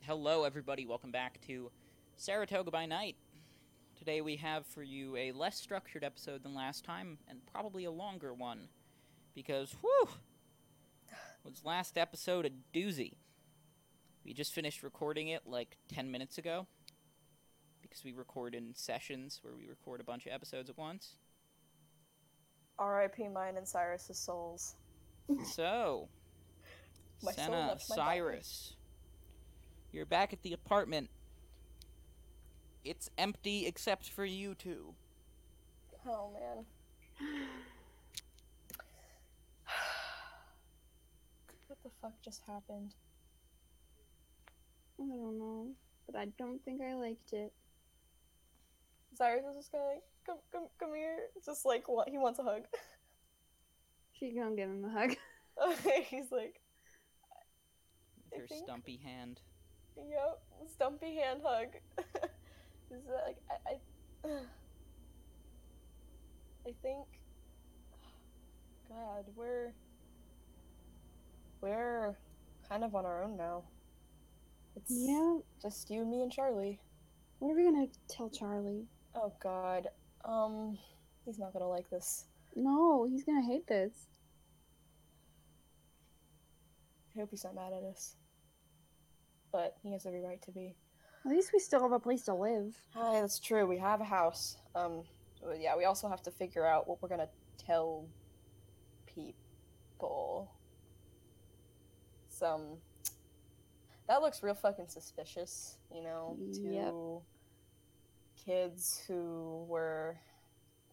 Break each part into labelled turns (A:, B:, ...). A: Hello, everybody. Welcome back to Saratoga by Night. Today we have for you a less structured episode than last time, and probably a longer one, because whew, was last episode a doozy. We just finished recording it like ten minutes ago, because we record in sessions where we record a bunch of episodes at once.
B: R.I.P. mine and Cyrus's souls.
A: So,
B: My soul
A: Senna,
B: left my body.
A: Cyrus, you're back at the apartment. It's empty except for you two.
B: Oh man. what the fuck just happened?
C: I don't know, but I don't think I liked it.
B: Cyrus is just gonna like, come, come, come here. It's just like what he wants a hug.
C: She gonna give him a hug.
B: He's like, I
A: With your
B: think-
A: stumpy hand.
B: yep, stumpy hand hug. He's like, I, I, I think. God, we're we're kind of on our own now. It's
C: Yeah.
B: just you, me, and Charlie.
C: What are we gonna tell Charlie?
B: Oh god. Um he's not gonna like this.
C: No, he's gonna hate this.
B: I hope he's not mad at us. But he has every right to be.
C: At least we still have a place to live.
B: Hi, that's true. We have a house. Um well, yeah, we also have to figure out what we're gonna tell people. Some that looks real fucking suspicious, you know, to
C: Yep.
B: kids who were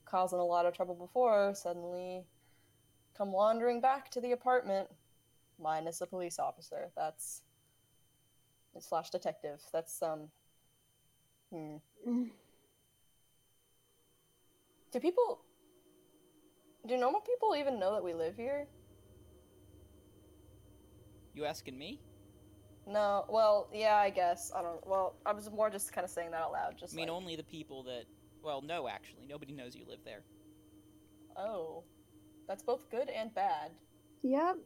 B: causing a lot of trouble before suddenly come wandering back to the apartment minus a police officer. That's it's slash detective. That's um hmm. Do people do normal people even know that we live here?
A: You asking me?
B: No. Well, yeah, I guess. I don't well, I was more just kind of saying that out loud just
A: I mean,
B: like,
A: only the people that. Well, no, actually, nobody knows you live there.
B: oh. That's both good and bad.
C: Yep.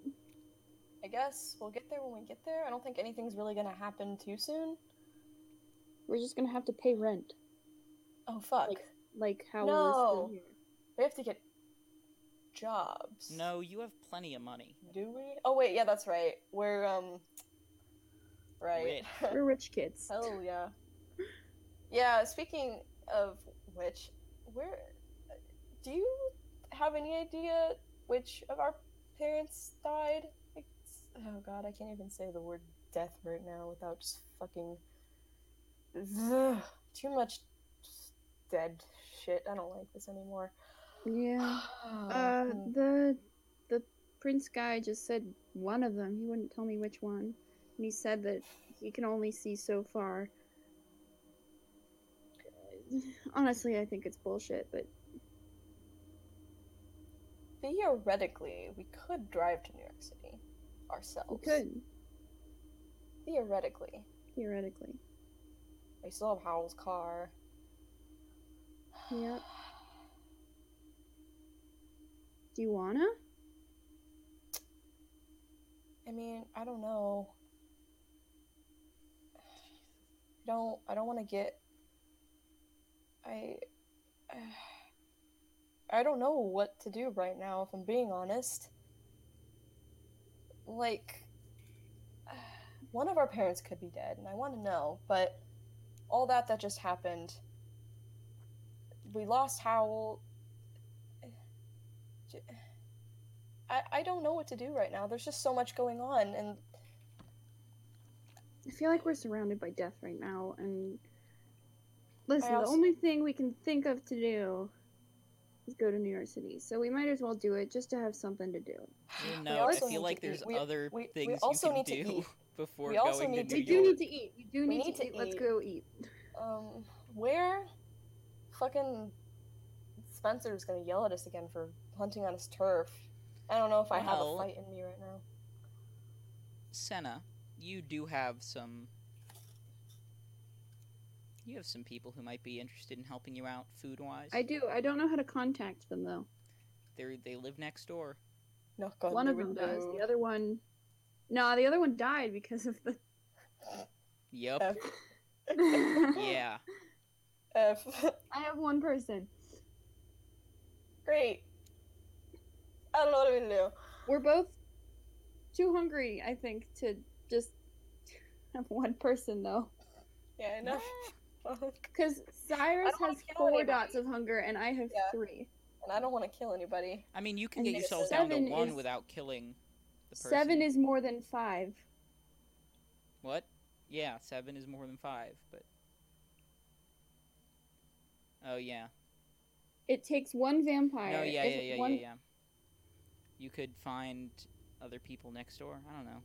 B: I guess we'll get there when we get there. I don't think anything's really going to happen too soon.
C: We're just gonna have to pay rent,
B: Oh fuck.
C: Like- like how we were still
B: No.
C: here.
B: we have to get jobs.
A: No, you have plenty of money.
B: Do we? Oh wait, yeah, that's right. We're um right.
C: We're rich kids.
B: Hell Oh, yeah. Yeah, speaking of which, where do you have any idea which of our parents died? It's, oh god, I can't even say the word death right now without just fucking Ugh, too much dead shit. I don't like this anymore.
C: Yeah. Uh,
B: Hmm.
C: the the prince guy just said one of them. He wouldn't tell me which one, and he said that he can only see so far. Honestly, I think it's bullshit, but
B: Theoretically, we could drive to New York City ourselves.
C: we could
B: Theoretically.
C: theoretically.
B: We still have Howell's car.
C: Yep. Do you wanna?
B: I mean, I don't know. I don't I don't want to get I I don't know what to do right now if I'm being honest. Like one of our parents could be dead and I want to know, but all that that just happened we lost Howell I, I don't know what to do right now. There's just so much going on and
C: I feel like we're surrounded by death right now, and listen,
B: also-
C: the only thing we can think of to do is go to New York City. So we might as well do it just to have something to do.
A: You
B: We
A: know, I
B: also
A: feel
B: need
A: like
B: to eat.
A: there's
B: We-
A: other
B: we- we
A: things
B: also
A: you
B: need
A: can
B: to
A: do
B: eat.
A: before
B: We also
A: going
B: need
A: to
B: to
A: New
B: We
C: We do
A: York.
C: need to eat. We do
B: We
C: need,
B: need
C: to,
B: to
C: eat. Let's
B: eat.
C: go eat.
B: Um, where fucking Spencer's gonna yell at us again for hunting on his turf. I don't know if I have a
A: Well-
B: fight in me right now.
A: Senna, you do have some. You have some people who might be interested in helping you out food wise.
C: I do. I don't know how to contact them though.
A: They they live next door.
B: Knock on
C: one
B: the
C: of them does.
B: window.
C: The other one, no, the other one died because of the
A: Yep.
B: F.
A: Yeah.
B: F.
C: I have one person.
B: Great. I don't know what I'm gonna do.
C: We're both too hungry, I think, to just have one person though.
B: Yeah, I know. and
C: Because Cyrus
B: don't wanna
C: has
B: kill
C: four
B: anybody.
C: dots of hunger, and I have
B: Yeah.
C: three.
B: I don't want to kill anybody.
A: I mean, you can
C: And
A: get
B: then
A: yourself down to
C: seven
A: one
C: is-
A: without killing the person.
C: Seven is more than five.
A: What? Yeah, seven is more than five, but. Oh, yeah.
C: It takes one vampire.
A: No, yeah, yeah,
C: if
A: yeah,
C: one-
A: yeah, yeah. You could find other people next door. I don't know.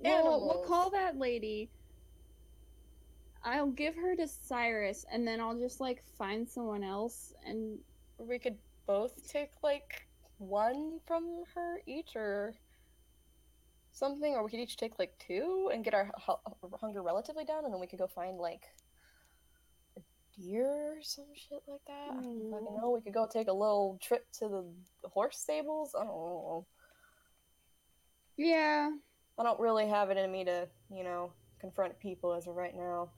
C: Well, we'll
B: Animals.
C: call that lady. I'll give her to Cyrus, and then I'll just like find someone else. And
B: We could both take like one from her each or something, or we could each take like two and get our hu- hunger relatively down, and then we could go find like a deer or some shit like that. I don't Ah, fucking
C: Mm.
B: know. We could go take a little trip to the horse stables. I don't know.
C: yeah,
B: I don't really have it in me to, you know, confront people as of right now.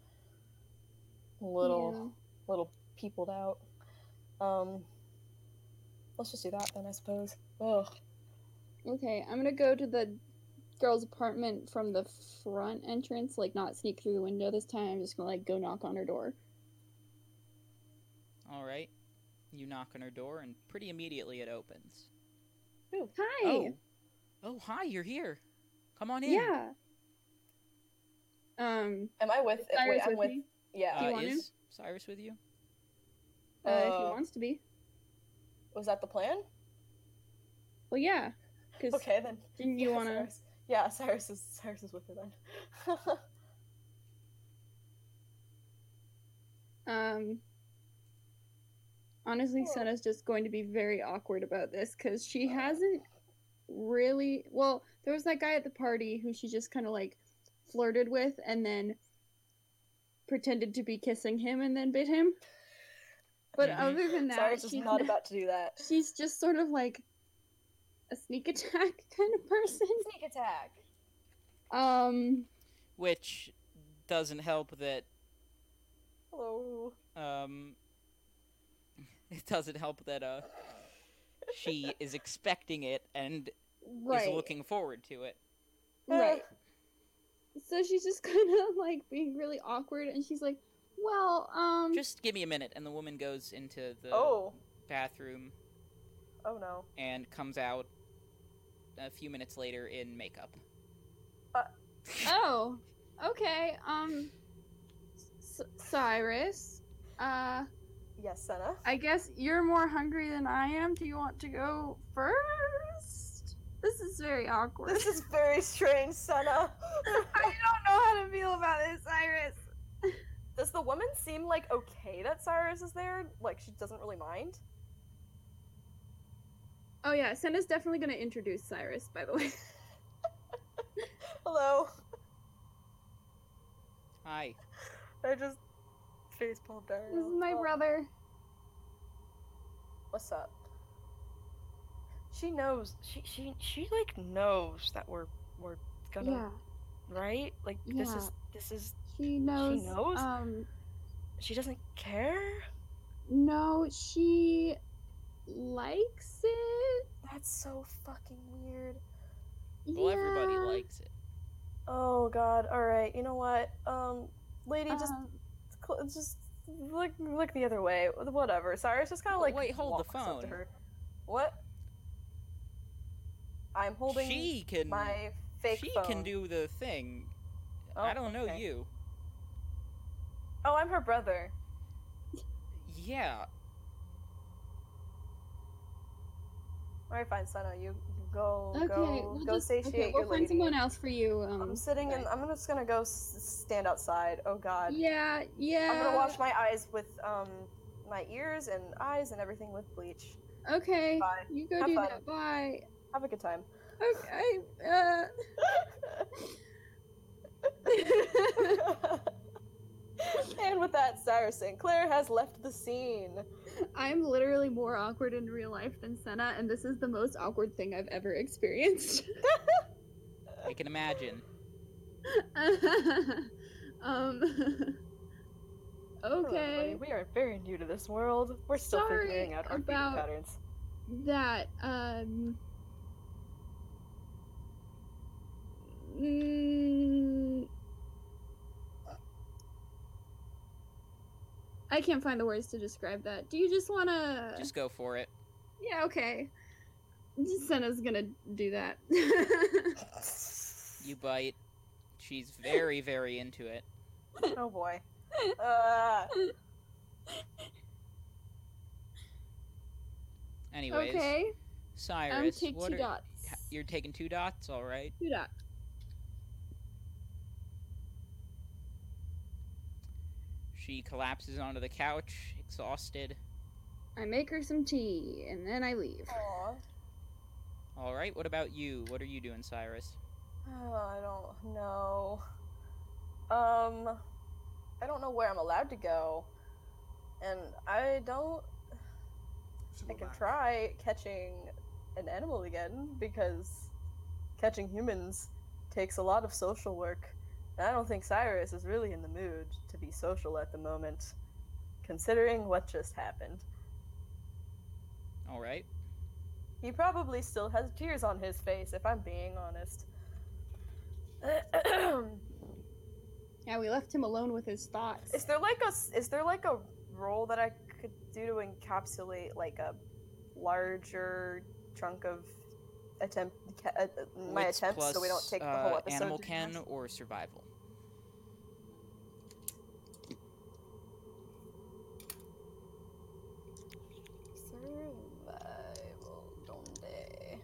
B: Little. little peopled out. Um, let's just do that then, I suppose. Ugh.
C: yeah. Okay, I'm gonna go to the girl's apartment from the front entrance. Like, not sneak through the window this time. I'm just gonna like go knock on her door.
A: All right. You knock on her door, and pretty immediately it opens.
C: Hi.
A: Oh. Oh, hi, you're here. Come on in.
C: Yeah. Um.
B: Am I with?
C: Cyrus
B: wait, I'm
C: with
B: with.
C: me?
B: Yeah.
A: Uh,
C: you want
A: is Cyrus with you?
C: Uh, if he
B: Uh,
C: wants to be.
B: was that the plan?
C: Well, yeah. Because
B: Okay then.
C: didn't you
B: Yeah,
C: want to?
B: Cyrus. Yeah, Cyrus is Cyrus is with her then.
C: Um. Honestly,
B: Sure.
C: Senna's just going to be very awkward about this because she
B: Uh.
C: hasn't really. Well, there was that guy at the party who she just kind of like flirted with and then pretended to be kissing him and then bit him. But
A: Mhm.
C: other than that,
B: Cyrus is
C: she's
B: not about to do that.
C: she's just sort of like a sneak attack kind of person.
B: Sneak attack.
C: Um,
A: Which doesn't help that
B: Hello.
A: um it doesn't help that uh she is expecting it and
C: right,
A: is looking forward to it.
B: Uh,
C: right. So she's just kind of like being really awkward, and she's like, "Well, um,
A: Just give me a minute and the woman goes into the
B: Oh.
A: bathroom
B: Oh no.
A: and comes out a few minutes later in makeup.
B: Uh,
C: oh, okay, um, S- Cyrus, uh,
B: Yes, Senna.
C: I guess you're more hungry than I am. Do you want to go first? This is very awkward.
B: This is very strange, Senna.
C: I don't know how to feel about this, Cyrus.
B: Does the woman seem like okay that Cyrus is there? Like she doesn't really mind?
C: Oh yeah, Senna's definitely gonna introduce Cyrus, by the way.
B: Hello.
A: Hi.
B: I just face pulled down.
C: This is my
B: Oh,
C: brother.
B: What's up? She knows. She she she like knows that we're we're gonna
C: Yeah,
B: right. Like this is this is.
C: she knows.
B: knows?
C: Um,
B: She doesn't care.
C: no, she likes it.
B: That's so fucking weird.
A: Well, everybody
C: Yeah,
A: likes it.
B: Oh god. All right. You know what? Um, lady, just
C: um,
B: cl- just look look the other way. Whatever. Cyrus just kind of
A: Oh,
B: like
A: wait, hold the
B: walks up to
A: phone.
B: her. What? I'm holding
A: she can
B: my fake
A: she
B: phone.
A: can do the thing.
B: Oh,
A: I don't know
B: okay.
A: you.
B: Oh, I'm her brother.
A: Yeah.
B: All right, fine, Sana. You you go,
C: Okay,
B: go,
C: we'll
B: go
C: just,
B: satiate
C: okay, we'll
B: your
C: find
B: lady.
C: someone else for you.
B: I'm
C: Um,
B: sitting and I'm just gonna go s- stand outside. Oh God.
C: yeah, yeah.
B: I'm gonna wash my eyes with um my ears and eyes and everything with bleach.
C: Okay,
B: Bye.
C: you go
B: Have
C: do
B: fun.
C: that. Bye.
B: Have a good time.
C: Okay. Uh,
B: and with that, Cyrus St. Clair has left the scene.
C: I'm literally more awkward in real life than Senna, and this is the most awkward thing I've ever experienced.
A: I can imagine.
C: um.
B: Hello, everybody.
C: okay.
B: we are very new to this world. We're still
C: Sorry
B: figuring out our feeding
C: about-
B: patterns.
C: That um. mm, I can't find the words to describe that. Do you just want to?
A: Just go for it.
C: Yeah. Okay. Senna's gonna do that.
A: You bite. She's very, very into it.
B: Oh boy. Uh,
A: Anyways,
C: okay. I'm
A: Cyrus,
C: take
A: what
C: two
A: are,
C: dots.
A: ha- you're taking two dots, all right?
C: Two dots.
A: She collapses onto the couch, exhausted.
C: I make her some tea and then I leave.
B: aw.
A: All right, what about you? What are you doing, Cyrus?
B: Oh, I don't know. Um, I don't know where I'm allowed to go, and I don't. I can try catching an animal again because catching humans takes a lot of social work, and I don't think Cyrus is really in the mood to be social at the moment, considering what just happened.
A: All right.
B: He probably still has tears on his face, if I'm being honest.
C: Yeah, we left him alone with his thoughts.
B: Is there like a s- is there like a role that I could do to encapsulate like a larger chunk of attempt ca- uh, uh, my
A: Wits
B: attempts so we don't
A: plus,
B: take the whole
A: uh,
B: episode?
A: Animal
B: to
A: ken
B: just-
A: or survival.
B: Survival donde.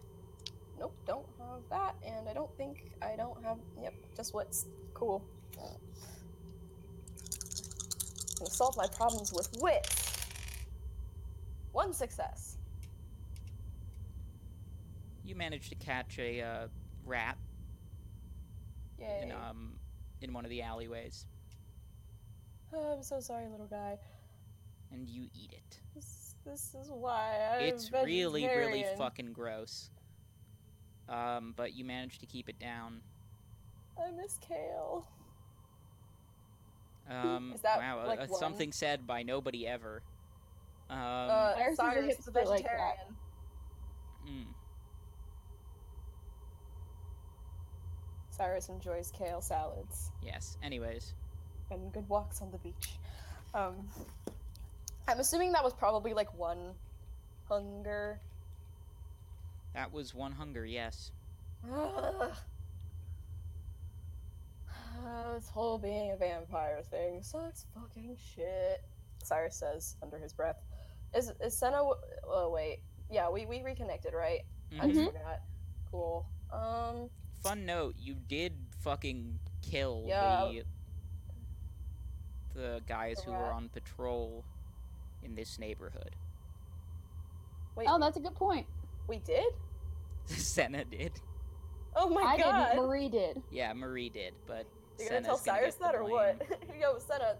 B: Nope, don't have that, and I don't think I don't have. Yep, just what's cool. Gonna solve my problems with wit. One success.
A: You managed to catch a uh, rat
B: Yay.
A: in um in one of the alleyways,
B: Oh, I'm so sorry, little guy.
A: and you eat it.
B: This, this is why I'm
A: it's really, really
B: vegetarian.
A: fucking gross. Um, but you managed to keep it down.
B: I miss kale.
A: Um,
B: Is that,
A: wow, a-
B: like,
A: a-
B: one?
A: something said by nobody ever. Um,
B: uh,
C: Cyrus is a
B: Cyrus the
C: hipster like that.
B: vegetarian.
A: mm.
B: Cyrus enjoys kale salads
A: yes. Anyways,
B: and good walks on the beach. Um, I'm assuming that was probably like one hunger.
A: that was one hunger. Yes.
B: Ugh. this whole being a vampire thing sucks fucking shit. Cyrus says under his breath. Is is Senna? w- Oh wait, yeah, we we reconnected, right? I
A: Mhm.
B: just
C: Mm-hmm.
B: forgot. Cool. Um,
A: Fun note: you did fucking kill
B: Yeah.
A: the the guys
B: The
A: who were
B: rat.
A: on patrol in this neighborhood.
B: wait,
C: Oh, that's a good point.
B: we did?
A: Senna did.
B: Oh my
C: I
B: god!
C: didn't. Marie did.
A: Yeah, Marie did, but
B: You're gonna
A: Senna's
B: tell
A: gonna
B: Cyrus
A: get the
B: that or
A: blame.
B: what? Yo, Senna,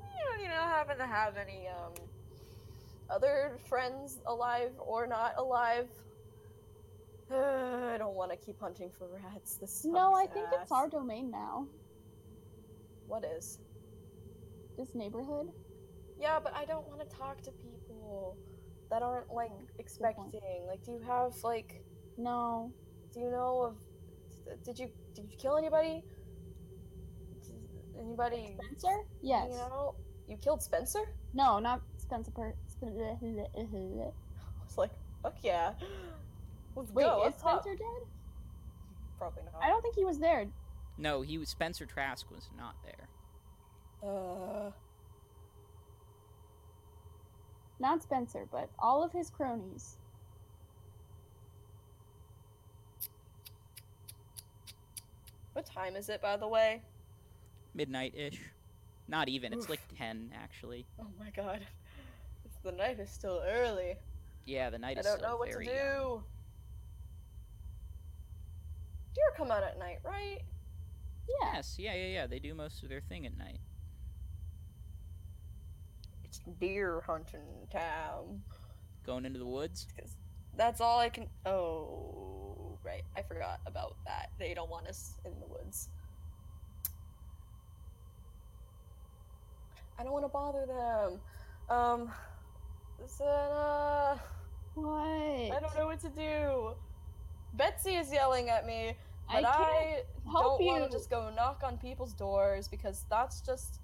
B: you don't, you know, happen to have any um other friends alive or not alive? I don't want to keep hunting for rats. This
C: No, I
B: sucks
C: think
B: ass.
C: it's our domain now.
B: What is?
C: This neighborhood.
B: Yeah, but I don't want to talk to people that aren't like
C: point.
B: expecting. Like, do you have like?
C: No.
B: Do you know of? Did you did you kill anybody? Anybody?
C: Spencer? Yes.
B: You know, you killed Spencer.
C: No, not Spencer. Per- Spen- Wait,
B: I was like, fuck yeah. Let's go.
C: is
B: Let's talk.
C: Spencer dead?
B: Probably not.
C: I don't think he was there.
A: No, he was Spencer Trask was not there.
B: Uh,
C: Not Spencer, but all of his cronies.
B: what time is it, by the way?
A: Midnight ish. Not even. It's
B: Oof.
A: like ten actually.
B: Oh my god. It's- The night is still early.
A: Yeah, the night
B: I
A: is
B: don't
A: still
B: know what to
A: very
B: do.
A: young.
B: Deer come out at night, right?
C: Yeah.
A: Yes, yeah, yeah, yeah. They do most of their thing at night.
B: It's deer hunting time.
A: Going into the woods.
B: That's all I can. Oh, right. I forgot about that. They don't want us in the woods. I don't want to bother them. Um, Zena,
C: What?
B: I don't know what to do. Betsy is yelling at me,
C: I
B: but I,
C: help
B: don't want
C: you.
B: to just go knock on people's doors because that's just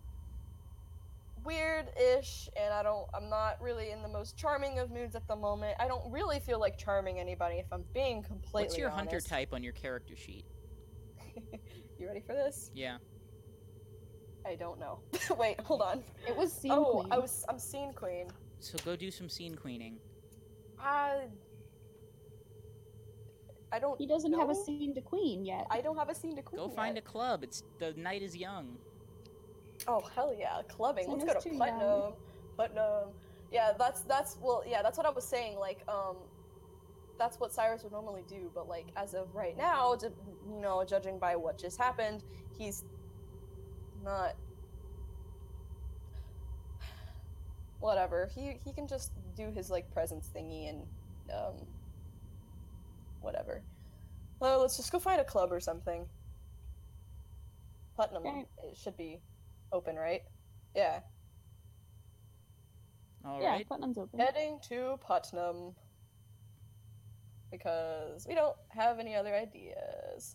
B: weird-ish, and I don't. I'm not really in the most charming of moods at the moment. I don't really feel like charming anybody if I'm being completely.
A: What's your hunter
B: honest.
A: type on your character sheet?
B: you ready for this?
A: Yeah.
B: I don't know. Wait, hold on.
C: It was scene
B: oh,
C: queen.
B: I was. I'm scene queen.
A: So go do some scene queening.
B: I. I don't.
C: He doesn't have a
B: know.
C: scene to queen yet.
B: I don't have a scene to queen.
A: Go find a
B: yet.
A: club. It's the night is young.
B: Oh hell yeah, clubbing.
C: Send
B: Let's go
C: us
B: to
C: to
B: Putnam. Putnam. Yeah, that's that's well, yeah, that's what I was saying. Like, um, that's what Cyrus would normally do, but like as of right now, ju- you know, judging by what just happened, he's not. Whatever. He he can just do his like presence thingy and um. Whatever. Well, let's just go find a club or something. Putnam
C: Okay.
B: it should be open, right? Yeah.
A: All right.
C: yeah, Putnam's open.
B: Heading to Putnam. Because we don't have any other ideas.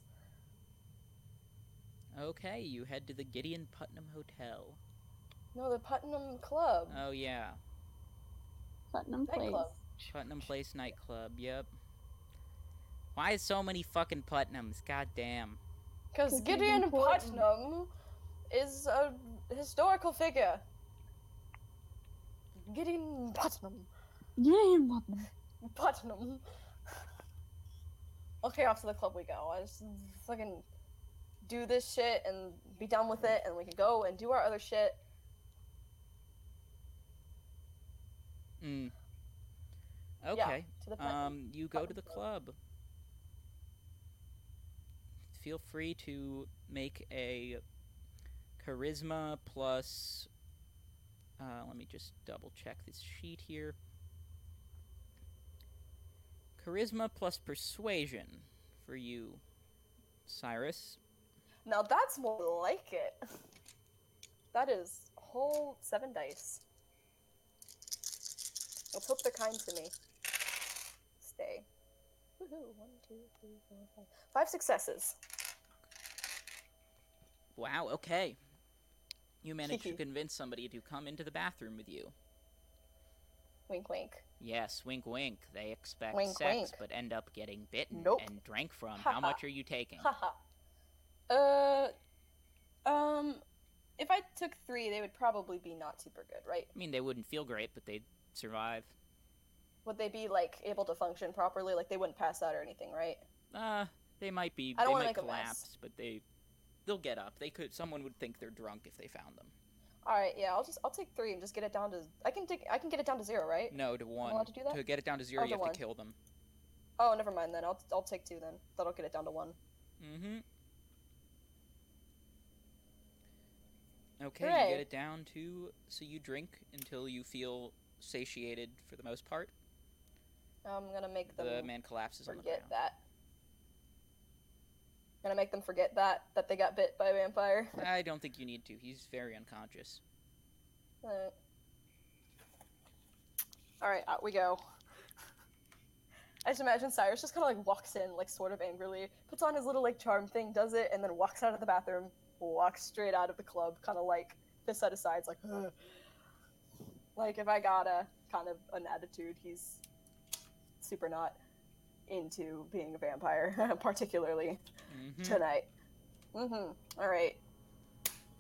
A: Okay, you head to the Gideon Putnam Hotel.
B: No, the Putnam Club.
A: Oh yeah,
C: Putnam plays.
B: nightclub.
A: Putnam Place nightclub. Yep. Why is so many fucking Putnams? God damn.
B: Because
C: Because he's
B: Gideon
C: important.
B: Putnam is a historical figure. Gideon Putnam.
C: Yeah, Putnam.
B: Putnam. Okay, off to the club we go. I just fucking do this shit and be done with it, and we can go and do our other shit.
A: Mm.
B: Yeah,
A: Okay.
B: to the Putnam.
A: Um, you go to
B: Putnam
A: the
B: Club.
A: club. Feel free to make a charisma plus. Uh, let me just double check this sheet here. Charisma plus persuasion for you, Cyrus.
B: Now that's more like it. That is whole seven dice. Let's hope they're kind to me. Stay. Woohoo! One, two, three, four, five. Five successes.
A: Wow, okay. You managed to convince somebody to come into the bathroom with you.
B: Wink, wink.
A: Yes, wink, wink. They expect
B: Wink,
A: sex,
B: wink.
A: but end up getting bitten
B: Nope.
A: and drank from. How
B: Ha ha.
A: much are you taking?
B: Haha. uh, um, if I took three, they would probably be not super good, right?
A: I mean, they wouldn't feel great, but they'd survive.
B: Would they be like able to function properly? Like they wouldn't pass out or anything, right?
A: Uh, they might be.
B: I don't
A: they
B: wanna
A: might
B: make a mess.
A: collapse, but they they'll get up. They could. Someone would think they're drunk if they found them.
B: All right, yeah. I'll just I'll take three and just get it down to I can take I can get it down to zero, right?
A: No, to one.
B: allowed to do that?
A: get it down to zero,
B: Oh,
A: you
B: to
A: have
B: one.
A: to kill them.
B: Oh, never mind then. I'll I'll take two then. That'll get it down to one.
A: Mm-hmm. Okay, you
B: Hooray.
A: get it down to. So you drink until you feel satiated for the most part.
B: I'm gonna make them
A: The man collapses on the ground.
B: forget that. gonna make them forget that that they got bit by a vampire.
A: I don't think you need to. He's very unconscious.
B: Alright. Alright, out we go. I just imagine Cyrus just kind of like walks in, like sort of angrily, puts on his little like charm thing, does it, and then walks out of the bathroom, walks straight out of the club, kind of like fist set aside, like, "Ugh." like if I got a kind of an attitude, he's super not into being a vampire, particularly
A: hmm
B: tonight. Mm-hmm. All right.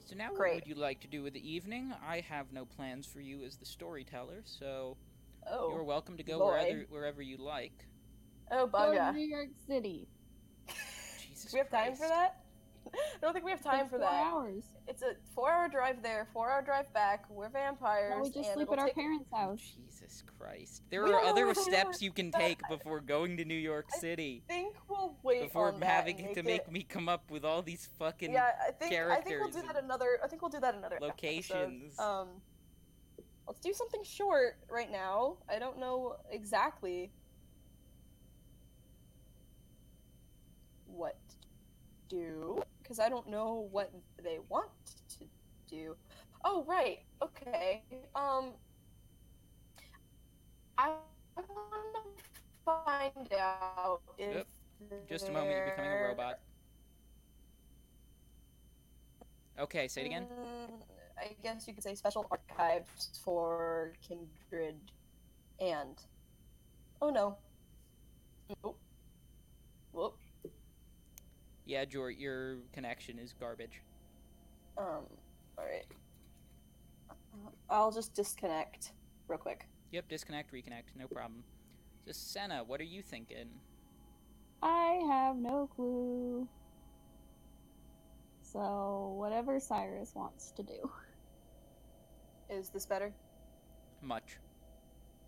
A: So now,
B: Great.
A: what would you like to do with the evening? I have no plans for you as the storyteller, so
B: Oh.
A: you're welcome to go
B: boy.
A: wherever wherever you like.
B: oh,
C: Go
B: bugger.
C: to New York City.
A: Jesus
B: Do we have time for
A: Christ.
B: that? I don't think we have time
C: It's
B: for
C: four
B: that.
C: hours.
B: It's a four-hour drive there, four-hour drive back. We're vampires.
C: Now we just
B: and
C: sleep
B: it'll
C: at our
B: take-
C: parents'
A: Oh,
C: house.
A: Jesus Christ! There
B: We
A: are
B: don't know
A: other
B: where they
A: steps
B: are.
A: you can take before going to New York
B: I-
A: City.
B: I think we'll wait
A: Before
B: on that
A: having
B: and
A: to
B: make
A: make me come up with all these
B: it.
A: fucking
B: Yeah, I think I think we'll
A: characters
B: do that
A: and
B: another. I think we'll do that another episode.
A: locations.
B: Um, let's do something short right now. I don't know exactly what to do because I don't know what they want to do. Oh right. Okay. Um I wanna find out if
A: Yep. Just a moment, you're becoming a
B: there-
A: robot. Okay, say it again.
B: Mm, I guess you could say special archives for Kindred and. Oh no. Nope. Whoop.
A: Yeah, Jor, your connection is garbage.
B: Um, alright. I'll just disconnect real quick.
A: Yep, disconnect, reconnect, no problem. So Senna, what are you thinking?
C: I have no clue. So, whatever Cyrus wants to do.
B: Is this better?
A: Much.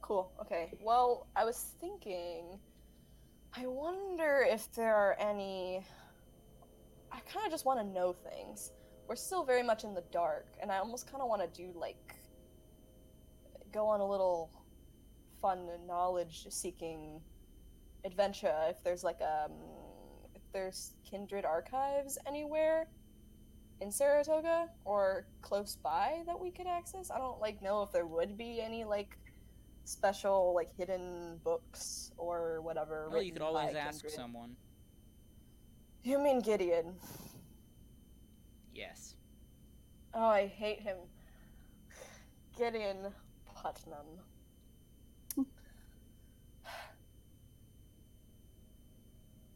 B: Cool. Okay. Well, I was thinking. I wonder if there are any. I kind of just want to know things. We're still very much in the dark, and I almost kind of want to do like. Go on a little fun knowledge seeking adventure if there's like um if there's kindred archives anywhere in Saratoga or close by that we could access. I don't like know if there would be any like special like hidden books or whatever.
A: Well, you could
B: written
A: always
B: by
A: ask
B: Kindred.
A: someone.
B: You mean Gideon?
A: Yes.
B: Oh, I hate him. Gideon Putnam.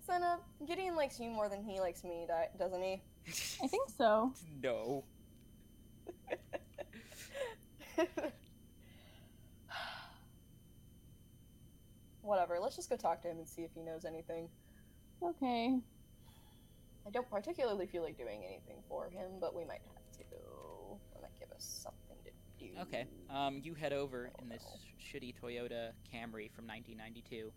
B: Senna, Gideon likes you more than he likes me, di- doesn't he?
C: I think so.
A: no.
B: Whatever, let's just go talk to him and see if he knows anything.
C: Okay.
B: I don't particularly feel like doing anything for him, but we might have to. That might give us something to do.
A: Okay. Um, you head over
B: Oh,
A: in this shitty Toyota Camry from 1992.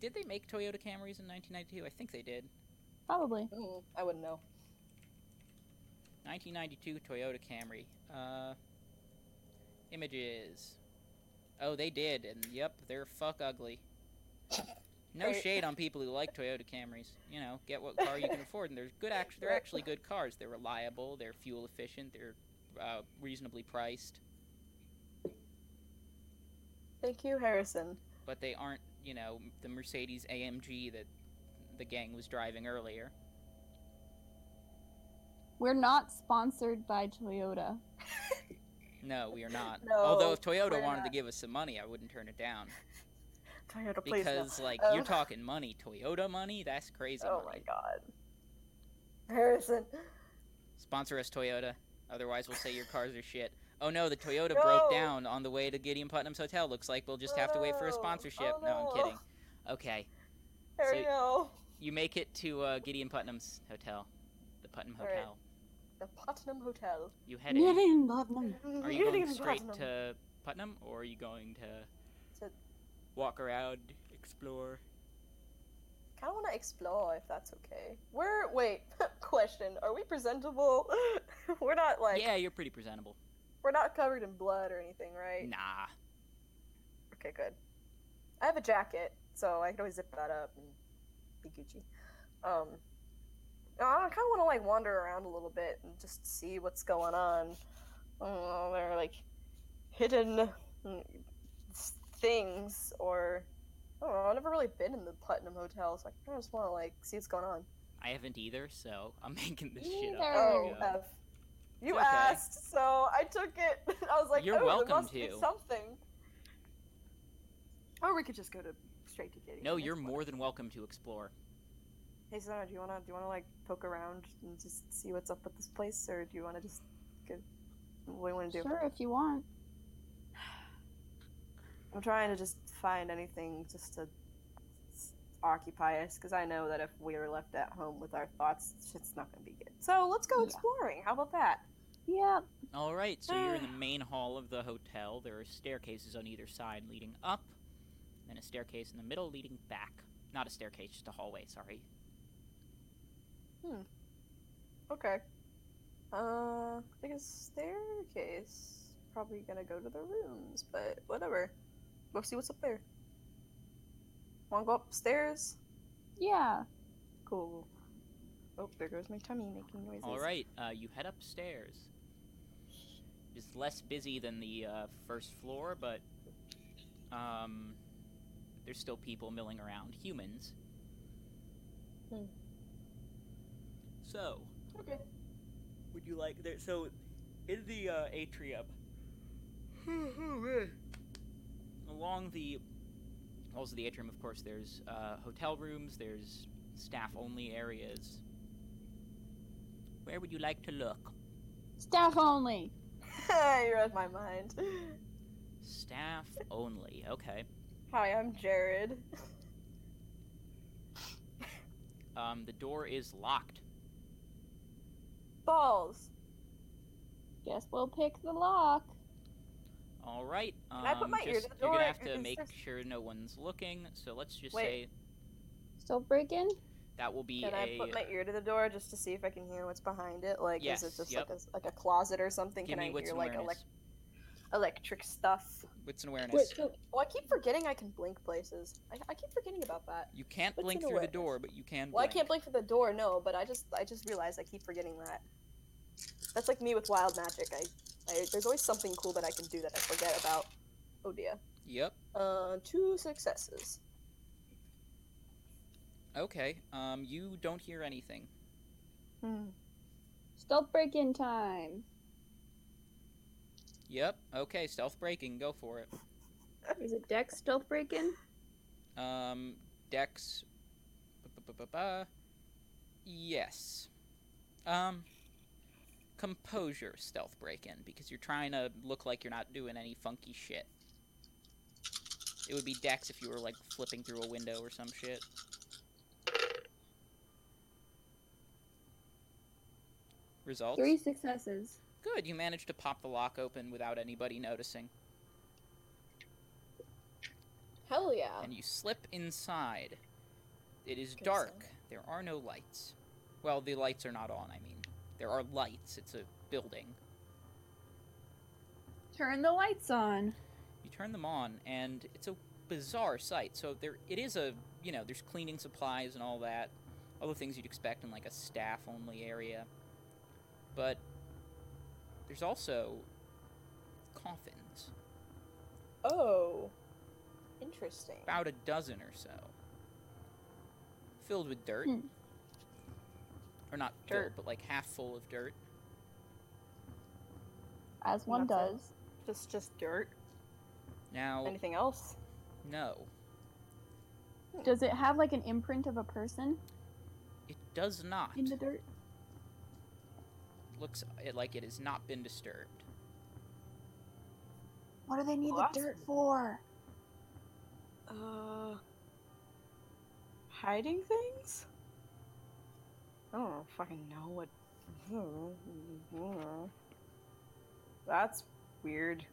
A: Did they make Toyota Camrys in 1992? I think they did.
C: Probably.
B: Mm, I wouldn't know.
A: 1992 Toyota Camry. Uh, images. Oh, they did, and yep, they're fuck ugly. No
B: Right.
A: shade on people who like Toyota Camrys. You know, get what car you can afford, and they're good. Act- they're
B: Right.
A: actually good cars. They're reliable. They're fuel efficient. They're uh, reasonably priced,
B: Thank you, Harrison.
A: but they aren't, you know, the Mercedes AMG that the gang was driving earlier.
C: We're not sponsored by Toyota.
A: No, we are not.
B: No,
A: Although if Toyota
B: we're
A: wanted to
B: not.
A: give us some money, I wouldn't turn it down.
B: Toyota, please. no.
A: Because like you're
B: Um,
A: talking money, Toyota money, that's crazy
B: Oh my
A: money.
B: god. Harrison.
A: Sponsor us, Toyota. Otherwise, we'll say your cars are shit. Oh no, the Toyota broke
B: No.
A: down on the way to Gideon Putnam's hotel. Looks like we'll just have to wait for a
B: No.
A: sponsorship.
B: Oh,
A: no. I'm
B: no.
A: kidding. Okay,
B: There
A: So-
B: you go.
A: you make it to uh, Gideon Putnam's hotel, the Putnam
B: All right.
A: Hotel.
B: The Putnam Hotel.
A: You head in.
C: Gideon Putnam.
A: Are you going straight to Putnam, or are you going to
B: To-
A: walk around, explore?
B: kind of want to explore if that's okay. We're wait. question: Are we presentable? we're not like
A: yeah, you're pretty presentable.
B: we're not covered in blood or anything, right?
A: Nah.
B: Okay, good. I have a jacket, so I can always zip that up and be Gucci. Um, I kind of want to like wander around a little bit and just see what's going on. Oh, there are like hidden mm, s- things, or I don't know. I've never really been in the Putnam Hotel, so I kind of just want to like see what's going on.
A: I haven't either, so I'm making this shit up.
C: Neither. There
B: Oh,
C: we
A: go.
B: F. You
A: It's okay.
B: asked, so I took it. I was like,
A: You're
B: oh, there
A: welcome
B: must be
A: to.
B: something. Or we could just go to straight to Gideon.
A: No,
B: It's
A: you're
B: fine.
A: more than welcome to explore.
B: Hey, Senna, do you wanna do you wanna like poke around and just see what's up with this place, or do you wanna just go? What do you wanna do?
C: Sure, if you want.
B: I'm trying to just find anything just to s- occupy us, because I know that if we are left at home with our thoughts, shit's not gonna be good. So let's go
C: Yeah.
B: exploring. How about that?
C: Yeah.
A: All right, so you're in the main hall of the hotel. There are staircases on either side leading up, and a staircase in the middle leading back. Not a staircase, just a hallway, sorry.
B: Okay. Uh, I think a staircase. Probably gonna go to the rooms, but whatever. Go see what's up there. Wanna go upstairs?
C: Yeah.
B: Cool. Oh, there goes my tummy making noises.
A: All right, uh, you head upstairs. is less busy than the uh, first floor, but um, there's still people milling around, humans.
B: Hmm.
A: So,
B: Okay.
A: would you like there? So, in the uh, atrium, along the walls of the atrium, of course, there's uh, hotel rooms, there's staff-only areas. Where would you like to look?
C: Staff only.
B: you read my mind.
A: Staff only. Okay.
B: Hi, I'm Jared.
A: Um, the door is locked.
B: Balls.
C: Guess we'll pick the lock.
A: All right. Um,
B: I put my ear to
A: just,
B: the
A: You're
B: door?
A: gonna have to
B: Is
A: make
B: this-
A: sure no one's looking. So let's just
B: Wait.
A: say
C: Still breaking?
A: that will be
B: Can
A: a.
B: I put my ear to the door just to see if I can hear what's behind it? Like, is
A: Yes,
B: it just
A: yep.
B: like a like a closet or something?
A: give
B: can
A: me
B: I
A: wits
B: hear
A: and
B: like
A: awareness.
B: elec- electric stuff?
A: wits and awareness.
C: Wait, so
B: Oh, I keep forgetting I can blink places. I, I keep forgetting about that.
A: you can't
B: wits and
A: blink through the
B: awareness.
A: door, but you can.
B: Well, I
A: blink.
B: can't blink for the door, no. But I just I just realized I keep forgetting that. That's like me with wild magic. I, I there's always something cool that I can do that I forget about. Oh dear.
A: Yep.
B: Uh, two successes.
A: Okay. Um, you don't hear anything.
B: Hmm.
C: still breaking time.
A: Yep. Okay. Stealth breaking. Go for it.
C: Is it Dex stealth breaking?
A: Um, Dex. ba-ba-ba-ba-ba. Yes. Um, composure stealth break in because you're trying to look like you're not doing any funky shit. It would be Dex if you were like flipping through a window or some shit. Results.
C: Three successes.
A: Good. You managed to pop the lock open without anybody noticing,
B: Hell yeah.
A: and you slip inside. It is
B: Good
A: dark.
B: sign.
A: There are no lights. Well, the lights are not on, I mean. There are lights. It's a building.
C: Turn the lights on.
A: You turn them on, and it's a bizarre sight. So there, it is a you know, there's cleaning supplies and all that, all the things you'd expect in like a staff-only area. But there's also coffins,
B: Oh. Interesting.
A: about a dozen or so, filled with dirt,
C: Hmm.
A: or not dirt,
B: Dirt.
A: but like half full of dirt.
C: As one
B: That's it.
C: does.
B: Just just dirt.
A: Now,
B: Anything else?
A: no,
C: Does it have like an imprint of a person
A: it does not.
C: in the dirt?
A: looks it like it has not been disturbed.
C: What do they need
B: Well,
C: the
B: that's-
C: dirt for?
B: Uh hiding things? I don't fucking know what That's weird.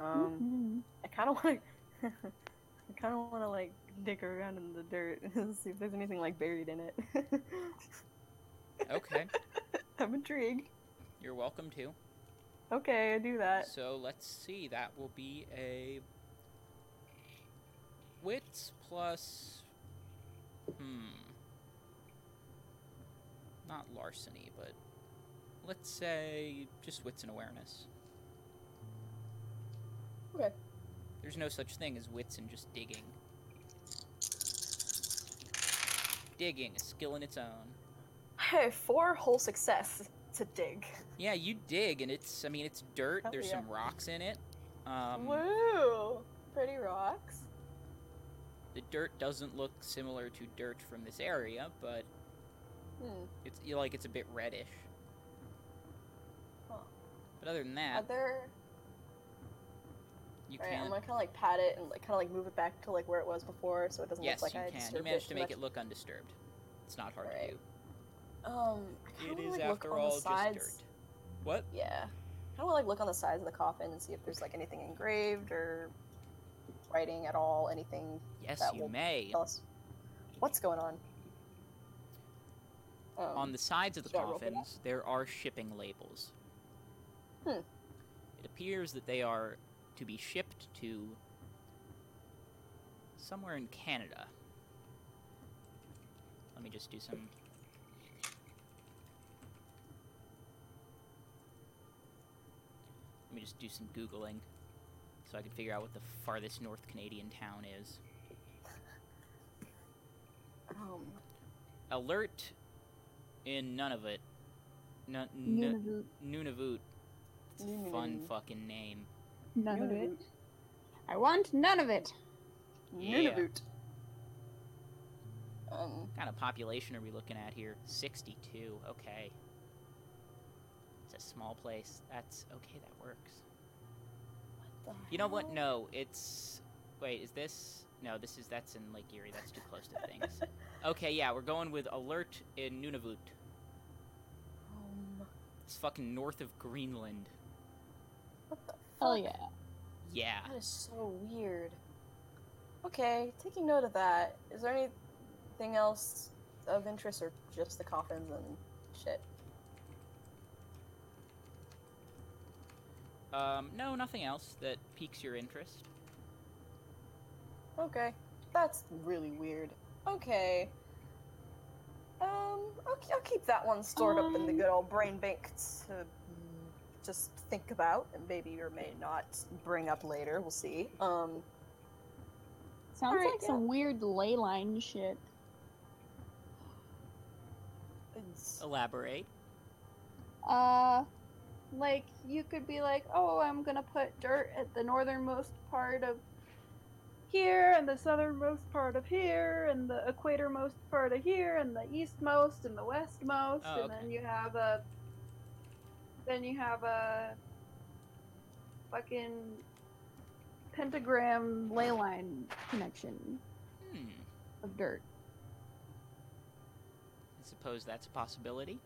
B: Um
C: Mhm.
B: I kinda wanna I kinda wanna like dig around in the dirt and see if there's anything like buried in it.
A: Okay,
B: I'm intrigued.
A: you're welcome to.
B: Okay, I do that.
A: So let's see. That will be a wits plus. Hmm. Not larceny, but let's say just wits and awareness.
B: Okay.
A: There's no such thing as wits and just digging. Digging, a skill in its own.
B: Hey, four whole success to dig.
A: Yeah, you dig, and it's. I mean, it's dirt.
B: Hell
A: There's
B: yeah.
A: some rocks in it. Um,
B: Woo! Pretty rocks.
A: The dirt doesn't look similar to dirt from this area, but
B: Hmm.
A: it's you know, like it's a bit reddish.
B: Huh.
A: But other than
B: Are
A: that,
B: there
A: you
B: All right, I'm
A: can't.
B: gonna kind of like pat it and like kind of like move it back to like where it was before, so it doesn't
A: Yes,
B: look like
A: you
B: I
A: can.
B: disturbed
A: You managed
B: it
A: to
B: too
A: make
B: much.
A: it look undisturbed. It's not hard
B: Alright.
A: to do.
B: Um, I
A: It
B: kinda wanna,
A: is,
B: like, look
A: after
B: on
A: all,
B: the
A: just
B: sides.
A: dirt. What?
B: Yeah, kind of wanna like look on the sides of the coffin and see if there's like anything engraved or writing at all, anything
A: Yes,
B: That
A: you
B: will
A: may.
B: else. What's going on? Um,
A: On the sides of the
B: should I roll for that?
A: coffins, there are shipping labels.
B: Hmm.
A: It appears that they are to be shipped to somewhere in Canada. Let me just do some. Let Let me just do some Googling so I can figure out what the farthest North Canadian town is.
D: Um,
A: Alert in Nunavut. Nun-
C: Mm-hmm. None
A: nu-
C: of it.
A: Nunavut. It's a fun
D: Nunavut.
A: fucking name.
C: None of it.
D: Nunavut.
C: I want none of it.
A: Yeah.
D: Nunavut. Um,
A: What kind of population are we looking at here? 62. Okay. It's a small place. That's okay, that works.
D: the
A: You know what?
D: hell?
A: No, it's. Wait, is this? No, this is. That's in Lake Erie. That's too close to things. Okay, yeah, we're going with alert in Nunavut.
D: Um,
A: It's fucking north of Greenland.
D: what the
C: Hell
D: fuck?
C: yeah.
A: Yeah.
D: That is so weird. Okay, taking note of that, is there anything else of interest or just the coffins and shit?
A: Um, no, nothing else that piques your interest.
D: Okay. That's really weird. Okay. Um, I'll, I'll keep that one stored up in the
C: Um.
D: good old brain bank to mm, just think about and maybe or may not bring up later. We'll see. Um,
C: Sounds
D: Alright,
C: like some weird ley line shit.
D: it's-
A: Elaborate.
C: Uh, like you could be like, oh, I'm gonna put dirt at the northernmost part of here, and the southernmost part of here, and the equatormost part of here, and the eastmost and the westmost,
A: Oh,
C: and
A: okay.
C: then you have a, then you have a fucking pentagram ley line connection
A: Hmm.
C: of dirt.
A: I suppose that's a possibility.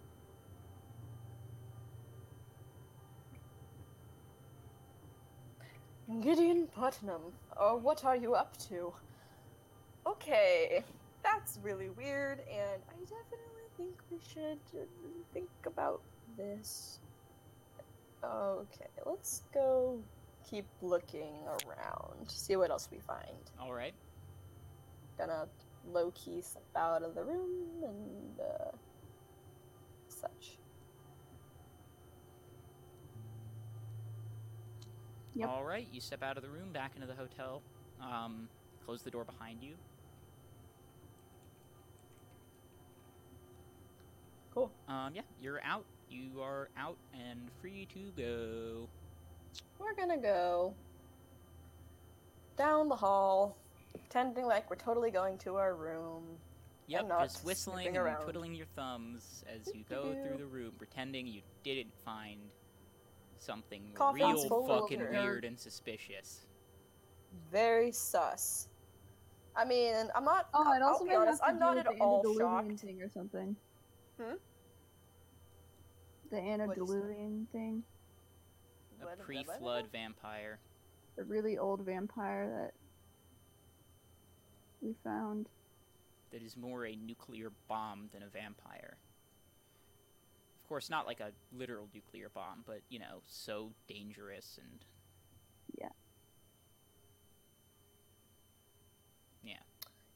D: Gideon Putnam, uh, what are you up to? Okay, that's really weird, and I definitely think we should uh, think about this. Okay, let's go keep looking around, see what else we find.
A: All right.
D: Gonna low key slip out of the room and uh, such.
C: Yep.
A: All right. You step out of the room, back into the hotel. Um, close the door behind you.
D: Cool.
A: Um, yeah, you're out. You are out and free to go.
D: We're gonna go down the hall, pretending like we're totally going to our room.
A: Yep,
D: I'm not
A: just whistling
D: snooping
A: and
D: around.
A: twiddling your thumbs as you go through
D: Doo-doo-doo.
A: the room, pretending you didn't find something
D: Coffin's
A: real
D: full of
A: fucking
D: dirt.
A: weird and suspicious.
D: Very sus. I mean, I'm not.
C: Oh, it
D: I'll
C: also
D: be
C: may have
D: honest,
C: to
D: I'm
C: do
D: not
C: with
D: at
C: the
D: all
C: antediluvian
D: shocked.
C: thing or something.
D: Hmm?
C: The antediluvian thing,
D: What
A: A
D: is it?
A: pre-flood vampire.
C: the really old vampire that we found.
A: that is more a nuclear bomb than a vampire. Of course, not like a literal nuclear bomb, but you know, so dangerous and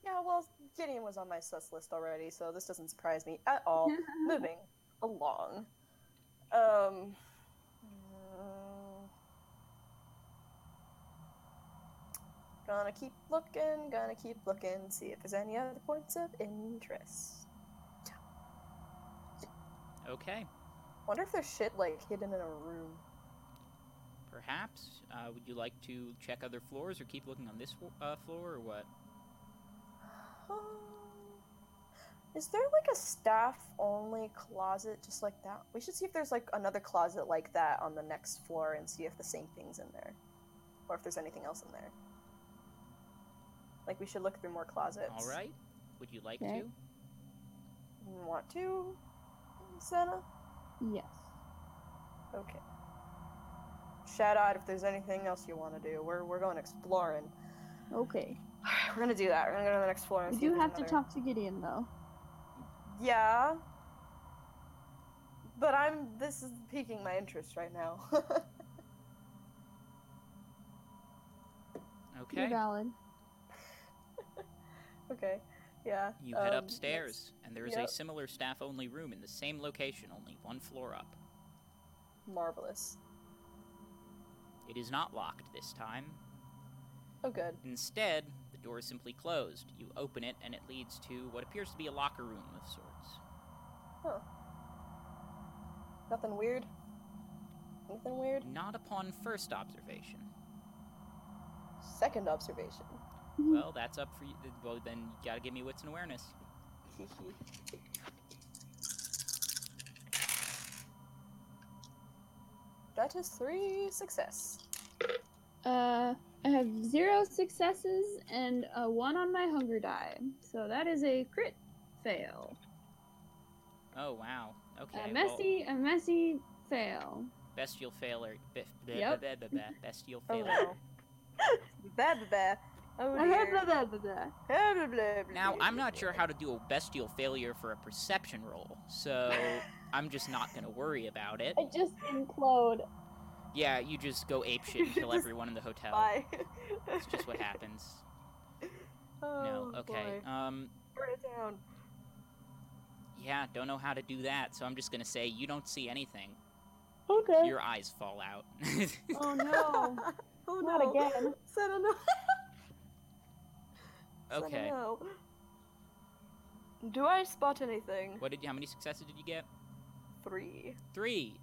D: Yeah, well, Gideon was on my sus list already, so this doesn't surprise me at all. Moving along. Um. mm, Gonna keep looking, gonna keep looking, see if there's any other points of interest.
A: okay.
D: Wonder if there's shit like hidden in a room.
A: Perhaps uh, would you like to check other floors or keep looking on this w- uh, floor or what?
D: Um, Is there like a staff only closet just like that? We should see if there's like another closet like that on the next floor and see if the same thing's in there. Or if there's anything else in there. Like we should look through more closets.
A: All right. Would you like
C: Okay.
A: to?
D: Want to, Senna?
C: yes.
D: Okay. Shout out if there's anything else you want to do. We're, we're going exploring.
C: Okay.
D: We're gonna do that. We're gonna go to the next floor and
C: We
D: see if
C: do
D: there's
C: have to
D: another-
C: talk to Gideon though.
D: Yeah. But I'm. This is piquing my interest right now.
A: Okay.
C: You're valid.
D: okay. Yeah.
A: You head
D: um,
A: upstairs, and there is
D: yep.
A: a similar staff-only room in the same location, only one floor up.
D: that's Marvelous.
A: It is not locked this time.
D: Oh, good.
A: Instead, the door is simply closed. You open it, and it leads to what appears to be a locker room of sorts.
D: Nothing weird. Nothing weird.
A: Not upon first observation.
D: Second observation.
A: Well, that's up for you. Well, then you gotta give me wits and awareness.
D: that is three success.
C: Uh, I have zero successes and a one on my hunger die, so that is a crit fail.
A: Oh wow. Okay.
D: Uh,
C: a
A: well,
C: messy, a messy fail.
A: bestial failure. Bef- bleh, bleh,
C: Yep.
A: bleh, bleh, bleh, bestial
D: Oh
A: failure.
D: no. bah, bah, bah. Oh dear.
C: blah, blah, blah.
D: Ah, blah, blah, blah,
A: Now
D: blah,
A: I'm not
D: blah,
A: sure
D: blah.
A: how to do a bestial failure for a perception roll, so I'm just not gonna worry about it.
D: Oh.
C: I just implode.
A: Yeah, you just go apeshit and kill
D: Just
A: everyone in the hotel.
D: Bye.
A: It's just what happens.
D: oh,
A: no. Okay.
D: Boy.
A: Um.
D: Burn it down.
A: Yeah. Don't know how to do that, so I'm just gonna say you don't see anything.
C: Okay.
A: Your eyes fall out.
C: Oh no.
D: oh
C: Not
D: no.
C: again.
D: Said a no. Said a
A: okay.
D: no. Do I spot anything?
A: What did? How many successes did you get?
D: Three.
A: Three.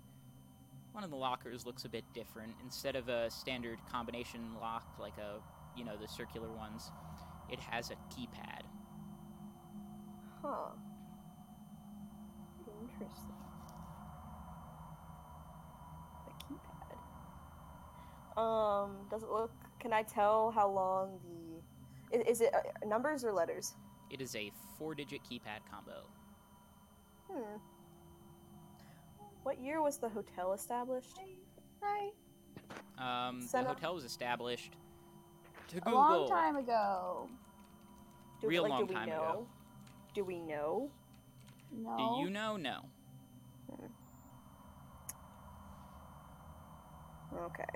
A: One of the lockers looks a bit different. Instead of a standard combination lock, like a you know the circular ones, it has a keypad.
D: Huh. Interesting. The keypad. Um, does it look? Can I tell how long the? i- Is, is it uh, numbers or letters?
A: It is a four-digit keypad combo.
D: Hmm. What year was the hotel established?
C: Hi.
A: Um, the
D: Set up-
A: hotel was established to
C: A
A: Google.
C: long time ago.
A: Real
D: like,
A: long
D: do we
A: time
D: know?
A: ago.
D: Do we know?
C: No.
A: Do you know? No.
D: Okay.